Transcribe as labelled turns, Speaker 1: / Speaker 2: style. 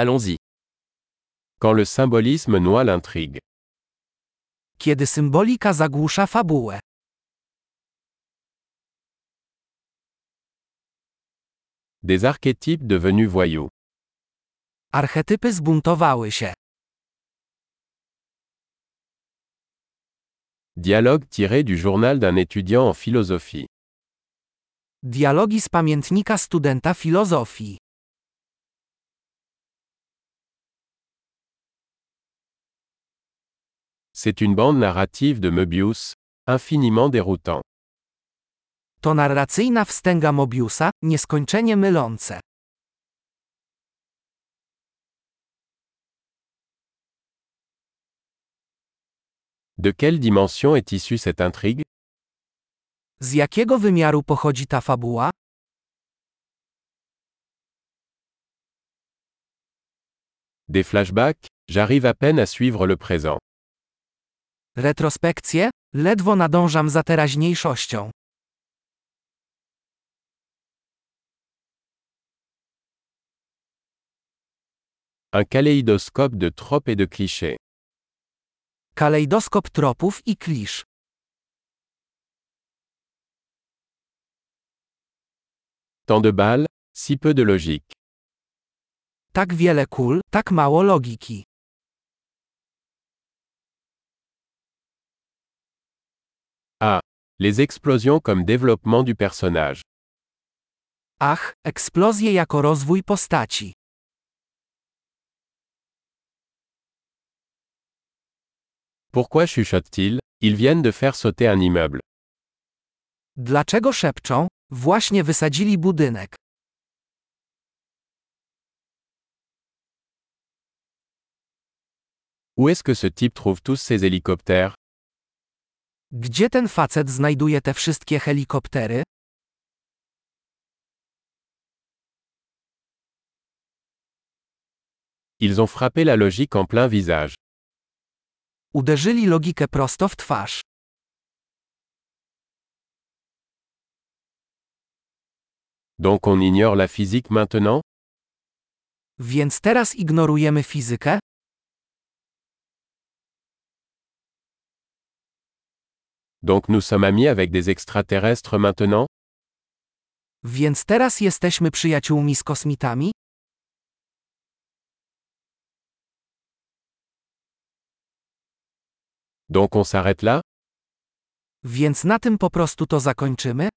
Speaker 1: Allons-y. Quand le symbolisme noie l'intrigue.
Speaker 2: Kiedy symbolika zagłusza fabułę.
Speaker 1: Des archétypes devenus voyous.
Speaker 2: Archetypy zbuntowały się.
Speaker 1: Dialogue tiré du journal d'un étudiant en philosophie.
Speaker 2: Dialogi z pamiętnika studenta filozofii.
Speaker 1: C'est une bande narrative de Möbius, infiniment déroutant.
Speaker 2: To narracyjna wstęga Mobiusa, nieskończenie mylące.
Speaker 1: De quelle dimension est issue cette intrigue
Speaker 2: Z jakiego wymiaru pochodzi ta fabuła?
Speaker 1: Des flashbacks J'arrive à peine à suivre le présent.
Speaker 2: Retrospekcje? Ledwo nadążam za teraźniejszością.
Speaker 1: Un kaléidoscope de tropes et de clichés.
Speaker 2: Kalejdoskop tropów i klisz.
Speaker 1: Tant de balles, si peu de logique.
Speaker 2: Tak wiele kul, tak mało logiki.
Speaker 1: Les explosions comme développement du personnage.
Speaker 2: Ach, eksplozje jako rozwój postaci.
Speaker 1: Pourquoi chuchote-t-il Ils viennent de faire sauter un immeuble.
Speaker 2: Dlaczego szepczą? Właśnie wysadzili budynek.
Speaker 1: Où est-ce que ce type trouve tous ces hélicoptères
Speaker 2: Gdzie ten facet znajduje te wszystkie helikoptery?
Speaker 1: Ils ont frappé la logique en plein visage.
Speaker 2: Uderzyli logikę prosto w twarz.
Speaker 1: Donc on ignore la physique maintenant
Speaker 2: Więc teraz ignorujemy fizykę?
Speaker 1: Donc nous sommes amis avec des extraterrestres maintenant
Speaker 2: Więc teraz jesteśmy przyjaciółmi z kosmitami?
Speaker 1: Donc on s'arrête là
Speaker 2: Więc na tym po prostu to zakończymy?